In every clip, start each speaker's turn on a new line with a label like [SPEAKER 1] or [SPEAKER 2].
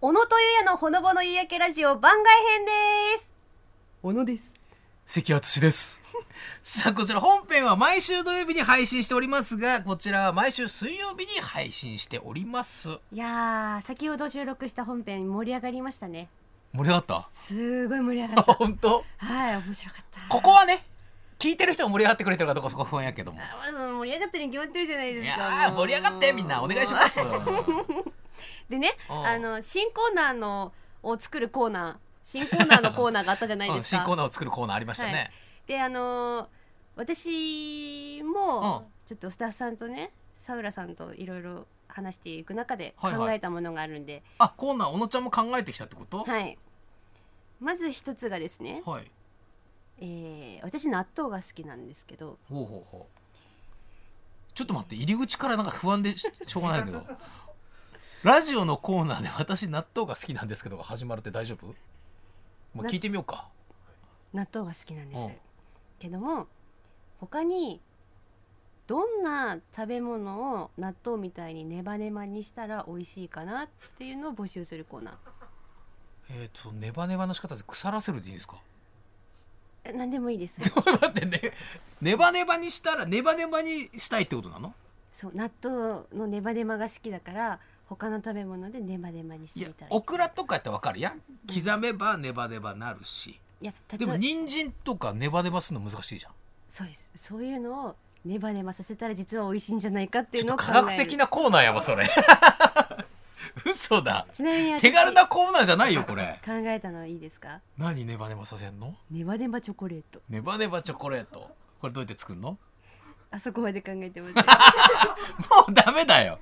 [SPEAKER 1] 小野とゆやのほのぼの夕焼けラジオ番外編です
[SPEAKER 2] 小野です
[SPEAKER 3] 関敦です。
[SPEAKER 4] さあこちら本編は毎週土曜日に配信しておりますがこちらは毎週水曜日に配信しております
[SPEAKER 2] いやー先ほど収録した本編盛り上がりましたね
[SPEAKER 4] 盛り上がった
[SPEAKER 2] すごい盛り上がった
[SPEAKER 4] 本当
[SPEAKER 2] はい面白かった
[SPEAKER 4] ここはね聞いてる人も盛り上がってくれてるかどうかそこは不安やけども
[SPEAKER 2] あまあその盛り上がってるに決まってるじゃないで
[SPEAKER 4] い
[SPEAKER 2] す
[SPEAKER 4] や
[SPEAKER 2] か
[SPEAKER 4] ー盛り上がってみんなお願い します
[SPEAKER 2] でね
[SPEAKER 4] うん
[SPEAKER 2] あの新コーナーのを作るコーナー新コーナーのコーナーがあったじゃないで
[SPEAKER 4] うん
[SPEAKER 2] すか
[SPEAKER 4] 新コーナーを作るコーナーありました
[SPEAKER 2] はい
[SPEAKER 4] ね、
[SPEAKER 2] であのー私
[SPEAKER 4] うん
[SPEAKER 2] もちょっとスタッフさんとねサウラさんといろいろ話していく中で考
[SPEAKER 4] はいはい
[SPEAKER 2] えたものがあるんで、
[SPEAKER 4] あコーナー小野ちゃんも考えてきたってこと
[SPEAKER 2] はいまず一つがですね、
[SPEAKER 4] はい
[SPEAKER 2] えー、私納豆が好きなんですけど
[SPEAKER 4] ほうほうほうちょっと待って入り口からなんか不安でししょうがないけど ラジオのコーナーで「私納豆が好きなんですけど」が始まるって大丈夫まあ
[SPEAKER 2] な
[SPEAKER 4] 聞いてみようか
[SPEAKER 2] 納豆が好きなんです、
[SPEAKER 4] うん
[SPEAKER 2] けども他にどんな食べ物を納豆みたいにネバネバにしたら美味しいかなっていうのを募集するコーナー
[SPEAKER 4] えっ、とネバネバの仕方で腐らせるでいいんで すか
[SPEAKER 2] え何でもいいです
[SPEAKER 4] ちょっと待ってねネバネバにしたらネバネバにしたいってことなの
[SPEAKER 2] そう納豆のネバネバが好きだから他の食べ物でネバネバにして
[SPEAKER 4] い
[SPEAKER 2] み
[SPEAKER 4] や
[SPEAKER 2] たらい
[SPEAKER 4] オクラとかやってわかるやん刻めばネバネバなるし
[SPEAKER 2] いや
[SPEAKER 4] でも
[SPEAKER 2] 例え
[SPEAKER 4] 人参とかネバネバするの難しいじゃん
[SPEAKER 2] そうですそういうのをネバネバさせたら実は美味しいんじゃないかってい
[SPEAKER 4] ち
[SPEAKER 2] う
[SPEAKER 4] ょっ
[SPEAKER 2] の
[SPEAKER 4] と
[SPEAKER 2] を考え
[SPEAKER 4] 科
[SPEAKER 2] る
[SPEAKER 4] 学的なコーナーやわそ れ嘘だ
[SPEAKER 2] ちなみに私
[SPEAKER 4] 手軽なコーナーじゃないよこれ
[SPEAKER 2] 考えたのいいですか
[SPEAKER 4] 何ネバネバさせんの
[SPEAKER 2] ネバネバチョコレート
[SPEAKER 4] ネバネバチョコレートこれどうやって作るのも
[SPEAKER 2] あそこまで考えて ます
[SPEAKER 4] うダメだよ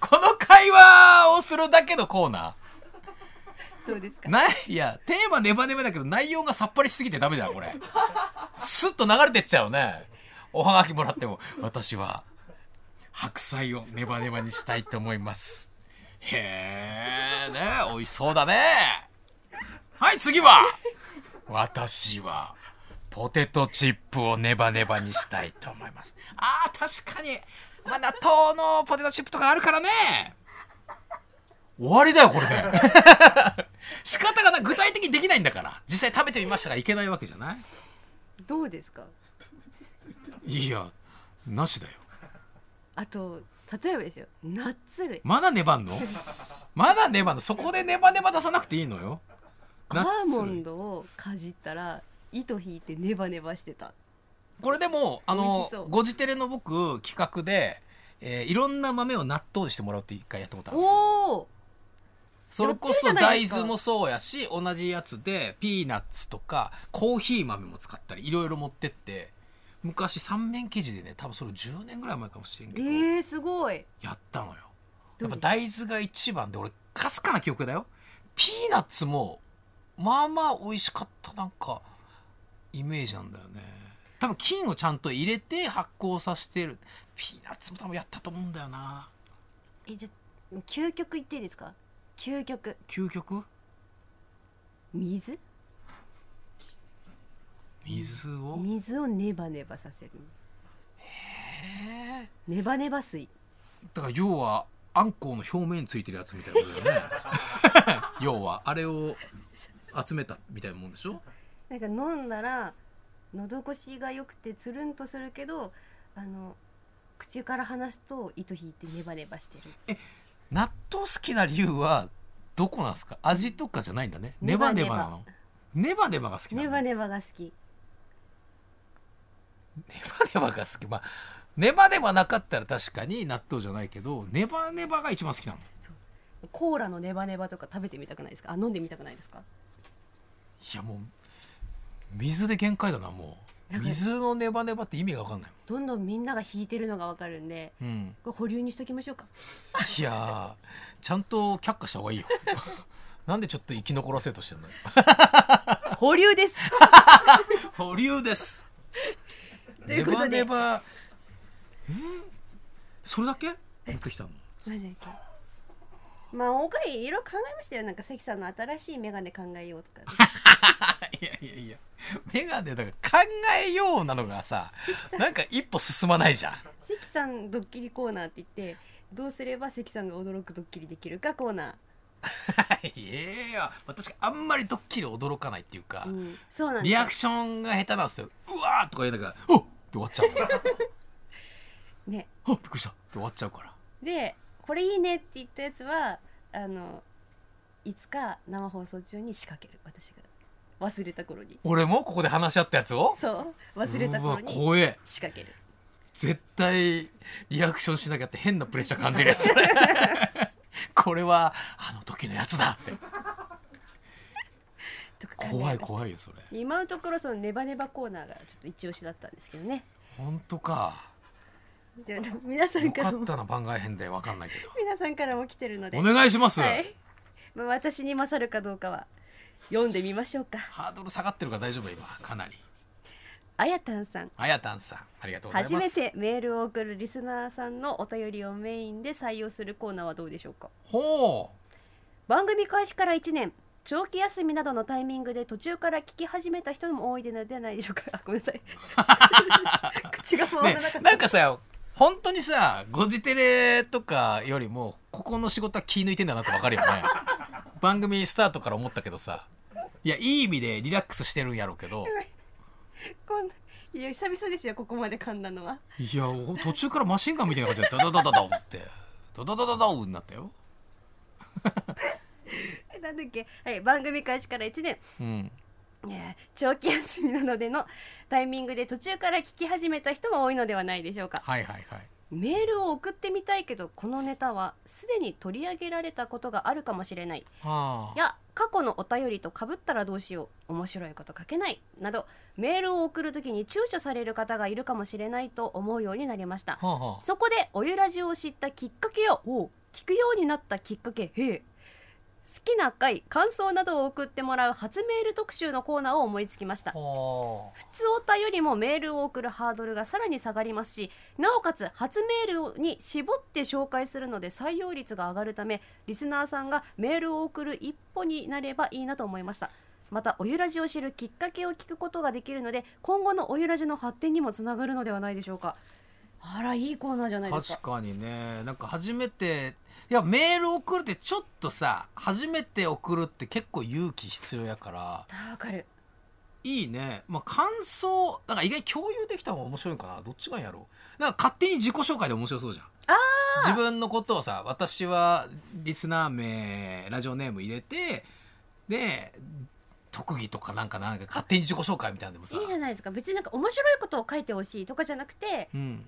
[SPEAKER 4] この会話をするだけのコーナ
[SPEAKER 2] どうですか
[SPEAKER 4] ーないいやテーマネバネバだけど内容がさっぱりしすぎてダメだよ これスッと流れてっちゃうねおはがきもらっても私は白菜をネバネバにしたいと思いますへえね美味しそうだねはい次は私はポテトチップをネバネバにしたいと思いますあー確かに、まあ、納豆のポテトチップとかあるからね終わりだよこれで仕方がない具体的にできないんだから実際食べてみましたがいけないわけじゃない
[SPEAKER 2] どうですか
[SPEAKER 4] いやなしだよ
[SPEAKER 2] あと例えばですよナッツ類
[SPEAKER 4] まだ粘んのまだ粘んのそこでネバネバ出さなくていいのよ
[SPEAKER 2] ア
[SPEAKER 4] ナッ
[SPEAKER 2] ー
[SPEAKER 4] ツ類
[SPEAKER 2] モンドをかじったら糸引いてネバネバしてた
[SPEAKER 4] これでもあ
[SPEAKER 2] 美味
[SPEAKER 4] の
[SPEAKER 2] しそう
[SPEAKER 4] ゴジテレの僕企画で、えーいろんな豆を納豆にしてもらうって一回やったことあるんですよ
[SPEAKER 2] おお
[SPEAKER 4] それこ
[SPEAKER 2] や
[SPEAKER 4] そ
[SPEAKER 2] ってるじゃないで
[SPEAKER 4] 大
[SPEAKER 2] すか
[SPEAKER 4] 豆もそうやし同じやつでピーナッツとかコーヒー豆も使ったりいろいろ持ってって昔三面生地でね多分それ10年ぐらい前かもしれんけ
[SPEAKER 2] え
[SPEAKER 4] ど、
[SPEAKER 2] ー、すごい
[SPEAKER 4] やったのよ
[SPEAKER 2] ど
[SPEAKER 4] や
[SPEAKER 2] う
[SPEAKER 4] っ
[SPEAKER 2] で
[SPEAKER 4] ぱ
[SPEAKER 2] す
[SPEAKER 4] 大豆が一番で俺かすかな記憶だよピーナッツもまあまあ美味しかったなんかイメージなんだよね多分菌をちゃんと入れて発酵させてるピーナッツも多分やったと思うんだよな
[SPEAKER 2] えじゃあ究極言っていいですか究極
[SPEAKER 4] 究極
[SPEAKER 2] 水
[SPEAKER 4] 水を
[SPEAKER 2] 水をネバネバさせる
[SPEAKER 4] えー
[SPEAKER 2] ネバネバ水
[SPEAKER 4] だから要はあんこうの表面についてるやつみたいなこ とだよね要はあれを集めたみたいなもんでしょ
[SPEAKER 2] なんか飲んだら喉越しが良くてつるんとするけどあの口から離すと糸引いてネバネバしてる
[SPEAKER 4] 納豆好きな理由はどこなんですか味とかじゃないんだねネバネバなのネバネバが好きな
[SPEAKER 2] ネ
[SPEAKER 4] の
[SPEAKER 2] バネバが好き
[SPEAKER 4] ネバネバが好きまあネバネバなかったら確かに納豆じゃないけどネバネバが一番好きなの
[SPEAKER 2] コーラのネバネバとか食べてみたくないですかあ飲んでみたくないですか
[SPEAKER 4] いやもう水で限界だなも
[SPEAKER 2] な
[SPEAKER 4] うん
[SPEAKER 2] か
[SPEAKER 4] 水のネバネバって意味が分かんない
[SPEAKER 2] どんどんみんなが引いてるのがわかるんで
[SPEAKER 4] もんうん
[SPEAKER 2] これ保留にしときましょうか
[SPEAKER 4] いやーちゃんと却下した方がいいよ なんでちょっと生き残らせようとしてんのよ
[SPEAKER 2] 保留です
[SPEAKER 4] 保留です
[SPEAKER 2] ということで
[SPEAKER 4] ネバネバえーそれだけ持ってきたの
[SPEAKER 2] まだいけまあ今回いろいろ考えましたよなんか関さんの新しいメガネ考えようとか
[SPEAKER 4] いやいやいやメガネだから考えようなのがさなんか一歩進まないじゃん
[SPEAKER 2] 関さんドッキリコーナーって言ってどうすれば関さんが驚くドッキリできるかコーナー
[SPEAKER 4] いやが私があんまりドッキリ驚かないっていうか、
[SPEAKER 2] うん、そうなんです
[SPEAKER 4] リ
[SPEAKER 2] よ
[SPEAKER 4] アクションが下手なんですようわーとか言いながら「おっ!」って終わっちゃう から「
[SPEAKER 2] ね
[SPEAKER 4] おっびっくりした!」って終わっちゃうから
[SPEAKER 2] でこれいいねって言ったやつはあのいつか生放送中に仕掛ける私が忘れた頃に
[SPEAKER 4] 俺もここで話し合ったやつを
[SPEAKER 2] そう忘れた
[SPEAKER 4] う
[SPEAKER 2] 頃
[SPEAKER 4] わ
[SPEAKER 2] に
[SPEAKER 4] 怖え
[SPEAKER 2] 仕掛ける
[SPEAKER 4] 絶対リアクションしなきゃって変なプレッシャー感じる やつこれはあの時のやつだって
[SPEAKER 2] とか考えま
[SPEAKER 4] 怖い
[SPEAKER 2] した
[SPEAKER 4] 怖いよそれ
[SPEAKER 2] 今のところそのネバネバコーナーがちょっと一押しだったんですけどね
[SPEAKER 4] 本当か
[SPEAKER 2] じゃあ皆さん
[SPEAKER 4] よ
[SPEAKER 2] から
[SPEAKER 4] か
[SPEAKER 2] も
[SPEAKER 4] ったな番外編で分かんないけど
[SPEAKER 2] 皆さんからも来てるので
[SPEAKER 4] お願いします、
[SPEAKER 2] はい、まあ、私に勝るかどうかは読んでみましょうか
[SPEAKER 4] ハードル下がってるから大丈夫今かなり
[SPEAKER 2] あやたんさん
[SPEAKER 4] あやたんさんありがとうござい
[SPEAKER 2] 初
[SPEAKER 4] ま
[SPEAKER 2] め
[SPEAKER 4] す
[SPEAKER 2] てメールを送るリスナーさんのお便りをメインで採用するコーナーはどうでしょうか
[SPEAKER 4] ほ
[SPEAKER 2] 番組開始から1年長期休みなどのタイミングで途中から聞き始めた人も多いのではないでしょうかあごめんなさ い口が
[SPEAKER 4] う
[SPEAKER 2] 回
[SPEAKER 4] ね
[SPEAKER 2] らなかった、
[SPEAKER 4] なんかさ本当にさゴジテレとかよりもここの仕事は気抜いてんだなって分かるよね番組スタートから思ったけどさいやいい意味でリラックスしてるんやろうけど
[SPEAKER 2] こんないや久々ですよここまで噛んだのはい
[SPEAKER 4] やほん途中からマシンガンみたいな感じでダダダダダウってダダダダダウになったよ
[SPEAKER 2] えなんだっけはい番組開始から1年
[SPEAKER 4] うん
[SPEAKER 2] えー長期休みなのでのタイミングで途中から聞き始めた人も多いのではないでしょうか
[SPEAKER 4] はいはいはい
[SPEAKER 2] メールを送ってみたいけどこのネタはすでに取り上げられたことがあるかもしれない
[SPEAKER 4] はあ
[SPEAKER 2] や過去のお便りとかぶったらどうしよう面白いこと書けないなどメールを送るときに躊躇される方がいるかもしれないと思うようになりました
[SPEAKER 4] はあは
[SPEAKER 2] そこでおゆらじを知ったきっかけやおう聞くようになったきっかけへえ好きな回感想などを送ってもらう初メール特集のコーナーを思いつきました
[SPEAKER 4] あはあ
[SPEAKER 2] 普通オタよりもメールを送るハードルがさらに下がりますしなおかつ初メールに絞って紹介するので採用率が上がるためリスナーさんがメールを送る一歩になればいいなと思いましたまたおゆらじを知るきっかけを聞くことができるので今後のおゆらじの発展にもつながるのではないでしょうかあらいいコーナーじゃないですか
[SPEAKER 4] 確かにねなんか初めていやメール送るってちょっとさ初めて送るって結構勇気必要やから
[SPEAKER 2] わかる
[SPEAKER 4] いいねまあ感想なんか意外に共有できた方が面白いのかなどっちがいいんやろうなんか勝手に自己紹介で面白そうじゃん自分のことをさ私はリスナー名ラジオネーム入れてで特技とかなんかなんか勝手に自己紹介みたいなのでもさ
[SPEAKER 2] いいじゃないですか別になんか面白いことを書いてほしいとかじゃなくて
[SPEAKER 4] うん、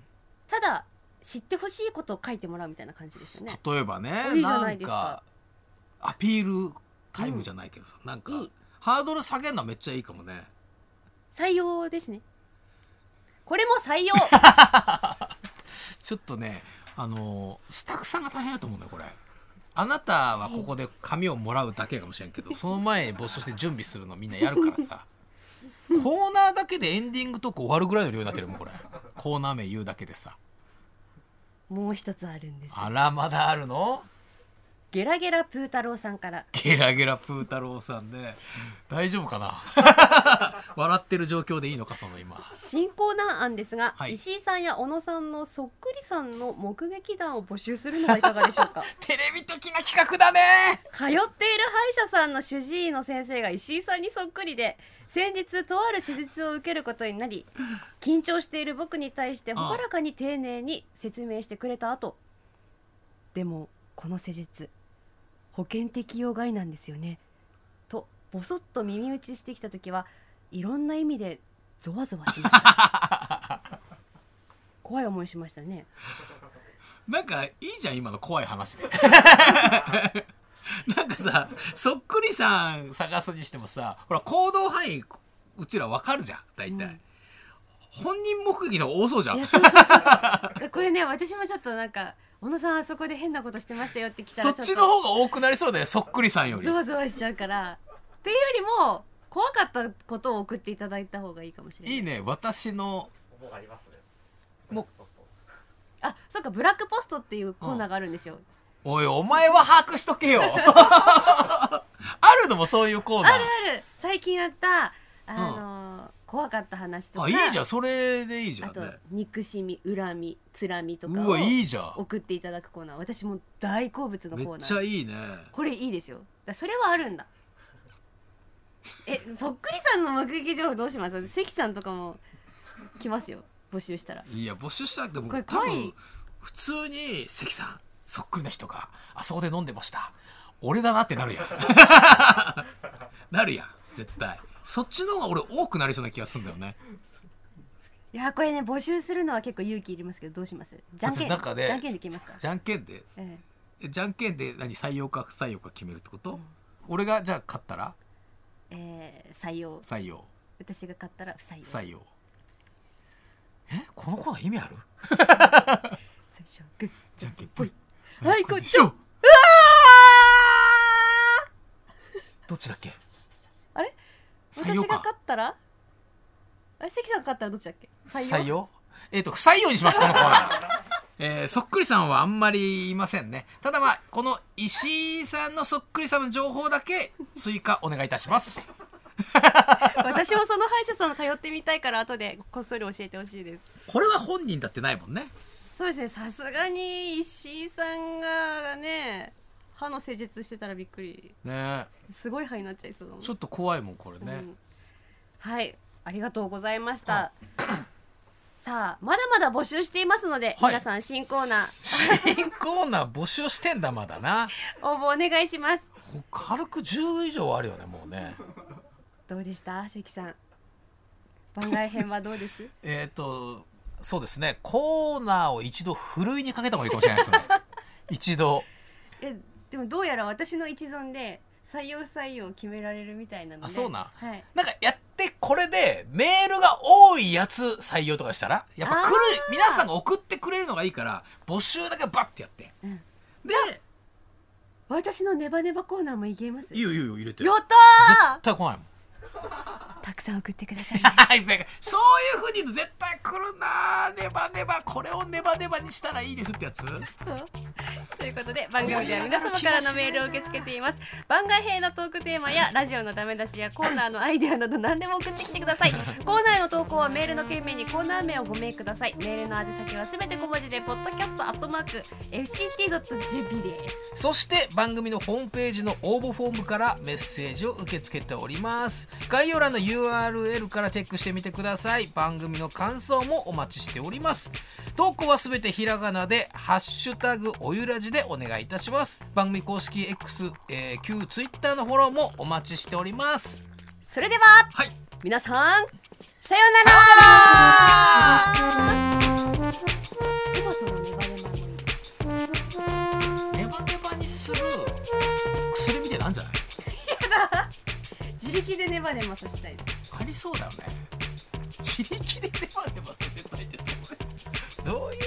[SPEAKER 2] ただ知ってほしいことを書いてもらうみたいな感じですよね
[SPEAKER 4] 例えばね
[SPEAKER 2] いいじゃ
[SPEAKER 4] な
[SPEAKER 2] ない
[SPEAKER 4] ん
[SPEAKER 2] です
[SPEAKER 4] か
[SPEAKER 2] か
[SPEAKER 4] アピールタイムじゃないけどさ、なんか
[SPEAKER 2] いい
[SPEAKER 4] ハードル下げるのはめっちゃいいかもね
[SPEAKER 2] 採用ですねこれも採 用
[SPEAKER 4] ちょっとねあのースタッフさんが大変だと思うんだよこれあなたはここで紙をもらうだけかもしれ んけどその前に募集して準備するのみんなやるからさコーナーだけでエンディングトーク終わるぐらいの量になってるもんこれコーナー名言うだけでさ
[SPEAKER 2] もう一つあるんです
[SPEAKER 4] あらまだあるの
[SPEAKER 2] ゲラゲラプー太郎さんから
[SPEAKER 4] ゲラゲラプー太郎さんで大丈夫かな 笑ってる状況でいいのかその今
[SPEAKER 2] 新コーナー案ですが、
[SPEAKER 4] はい
[SPEAKER 2] 石井さんや小野さんのそっくりさんの目撃談を募集するのはいかがでしょうか
[SPEAKER 4] テレビ的な企画だね
[SPEAKER 2] 通っている歯医者さんの主治医の先生が石井さんにそっくりで先日とある手術を受けることになり緊張している僕に対して朗らかに丁寧に説明してくれた後でもこの施術保険適用外なんですよねとぼそっと耳打ちしてきた時はいろんな意味でゾワゾワしました怖い思いしましたね
[SPEAKER 4] なんかいいじゃん今の怖い話 でなんかさそっくりさん探すにしてもさほら行動範囲うちらわかるじゃん大体、
[SPEAKER 2] うん
[SPEAKER 4] 本人目撃の方が多そうじゃ
[SPEAKER 2] い
[SPEAKER 4] ん
[SPEAKER 2] やそうそうそう そうこれね私もちょっとなんか小野さんあそこで変なことしてましたよって来た
[SPEAKER 4] そ
[SPEAKER 2] ら
[SPEAKER 4] っ
[SPEAKER 2] ちょっと
[SPEAKER 4] ちの方が多くなりそうだよそっくりさんより
[SPEAKER 2] ゾワゾワしちゃうからっていうよりも怖かったことを送っていただいた方がいいかもしれない
[SPEAKER 4] いいね私の
[SPEAKER 3] もうありますね。
[SPEAKER 4] もう
[SPEAKER 2] あそっかブラックポストっていうコーナーがあるんですよ、
[SPEAKER 4] おいお前は把握しとけ よあるのもそういうコーナー
[SPEAKER 2] あるある最近あったあのー怖かった話とか
[SPEAKER 4] あいいじゃんそれでいいじゃ
[SPEAKER 2] あ
[SPEAKER 4] んね
[SPEAKER 2] と憎しみ恨みつらみとか
[SPEAKER 4] う
[SPEAKER 2] を
[SPEAKER 4] わいいじゃん
[SPEAKER 2] 送っていただくコーナー私も大好物のコ
[SPEAKER 4] め
[SPEAKER 2] ーナ
[SPEAKER 4] っ
[SPEAKER 2] ー
[SPEAKER 4] ちゃいいね
[SPEAKER 2] これいいですよだからそれはあるんだえそっくりさんの目撃情報どうします関さんとかも来ますよ募集したら
[SPEAKER 4] いや募集したらでも
[SPEAKER 2] これ
[SPEAKER 4] 多
[SPEAKER 2] 怖い
[SPEAKER 4] 分普通に関さんそっくりな人があそこで飲んでました俺だなってなるやん なるやん絶対そっちの方が俺多くなりそうな気がするんだよね
[SPEAKER 2] いやこれね募集するのは結構勇気いりますけどどうしますじゃんけん
[SPEAKER 4] 私中で
[SPEAKER 2] じゃんけんできますか、
[SPEAKER 4] じゃんけんで
[SPEAKER 2] え
[SPEAKER 4] えじゃんけんで何採用か不採用か決めるってこと、俺がじゃあ勝ったら
[SPEAKER 2] ええー採用
[SPEAKER 4] 採用
[SPEAKER 2] 私が買ったら不採用
[SPEAKER 4] 不採用えこのコーナー意味ある
[SPEAKER 2] 最初グッ
[SPEAKER 4] じゃんけんぽい
[SPEAKER 2] はいこっち
[SPEAKER 4] しょ
[SPEAKER 2] あ
[SPEAKER 4] どっちだっけ
[SPEAKER 2] あれー
[SPEAKER 4] 採
[SPEAKER 2] 私
[SPEAKER 4] 用
[SPEAKER 2] が
[SPEAKER 4] か
[SPEAKER 2] 買ったらあれ関さんが買ったらどっちだっけ採用
[SPEAKER 4] 採用えっ、と不採用にしますこのコーナ ーえーそっくりさんはあんまりいませんねただまあこの石井さんのそっくりさんの情報だけ追加お願いいたします
[SPEAKER 2] 私もその歯医者さん通ってみたいから後でこっそり教えてほしいです
[SPEAKER 4] これは本人だってないもんね
[SPEAKER 2] そうですねさすがに石井さんがね歯の施術してたらびっくり
[SPEAKER 4] ね
[SPEAKER 2] すごい歯になっちゃいそうだもん
[SPEAKER 4] ちょっと怖いもんこれね、
[SPEAKER 2] うんはいありがとうございました、 さあまだまだ募集していますので、
[SPEAKER 4] はい
[SPEAKER 2] 皆さん新コーナー
[SPEAKER 4] 新コーナー募集してんだまだな
[SPEAKER 2] 応募お願いします
[SPEAKER 4] 軽く10以上はあるよねもうね
[SPEAKER 2] どうでした関さん番外編はどうです
[SPEAKER 4] えっ、とそうですねコーナーを一度ふるいにかけた方がいいかもしれない ですね一度
[SPEAKER 2] えでもどうやら私の一存で採用不採用を決められるみたいなので
[SPEAKER 4] あそうなん
[SPEAKER 2] はい
[SPEAKER 4] なんかやってこれでメールが多いやつ採用とかしたらやっぱ来
[SPEAKER 2] あ
[SPEAKER 4] る
[SPEAKER 2] ー
[SPEAKER 4] 皆さんが送ってくれるのがいいから募集だけバッてやって、
[SPEAKER 2] うん
[SPEAKER 4] で
[SPEAKER 2] 私のネバネバコーナーもいけます
[SPEAKER 4] いいよいいよ入れて
[SPEAKER 2] や
[SPEAKER 4] 絶
[SPEAKER 2] った
[SPEAKER 4] 対来ないもん
[SPEAKER 2] ーたくさん送ってください
[SPEAKER 4] はい正解そういうふうに絶対来るなネバネバこれをネバネバにしたらいいですってやつ
[SPEAKER 2] ということで番組では皆様からのメールを受け付けています番外編のトークテーマやラジオのダメ出しやコーナーのアイデアなど何でも送ってきてくださいコーナーへの投稿はメールの件名にコーナー名をご名くださいメールの宛先はすべて小文字で podcast.fct.jp です
[SPEAKER 4] そして番組のホームページの応募フォームからメッセージを受け付けております概要欄の URL からチェックしてみてください番組の感想もお待ちしております投稿はすべてひらがなで「ハッシュタグおゆらじ」でお願いいたします番組公式 X、えー、旧 Twitter のフォローもお待ちしております
[SPEAKER 2] それでは
[SPEAKER 4] はい
[SPEAKER 2] 皆さんさようならトマトのネバネバもいい
[SPEAKER 4] ネバネバにする薬みたいなんじゃない
[SPEAKER 2] 自力でネバネバさせたいです
[SPEAKER 4] ありそうだよね自力でネバネバさせたいってどういう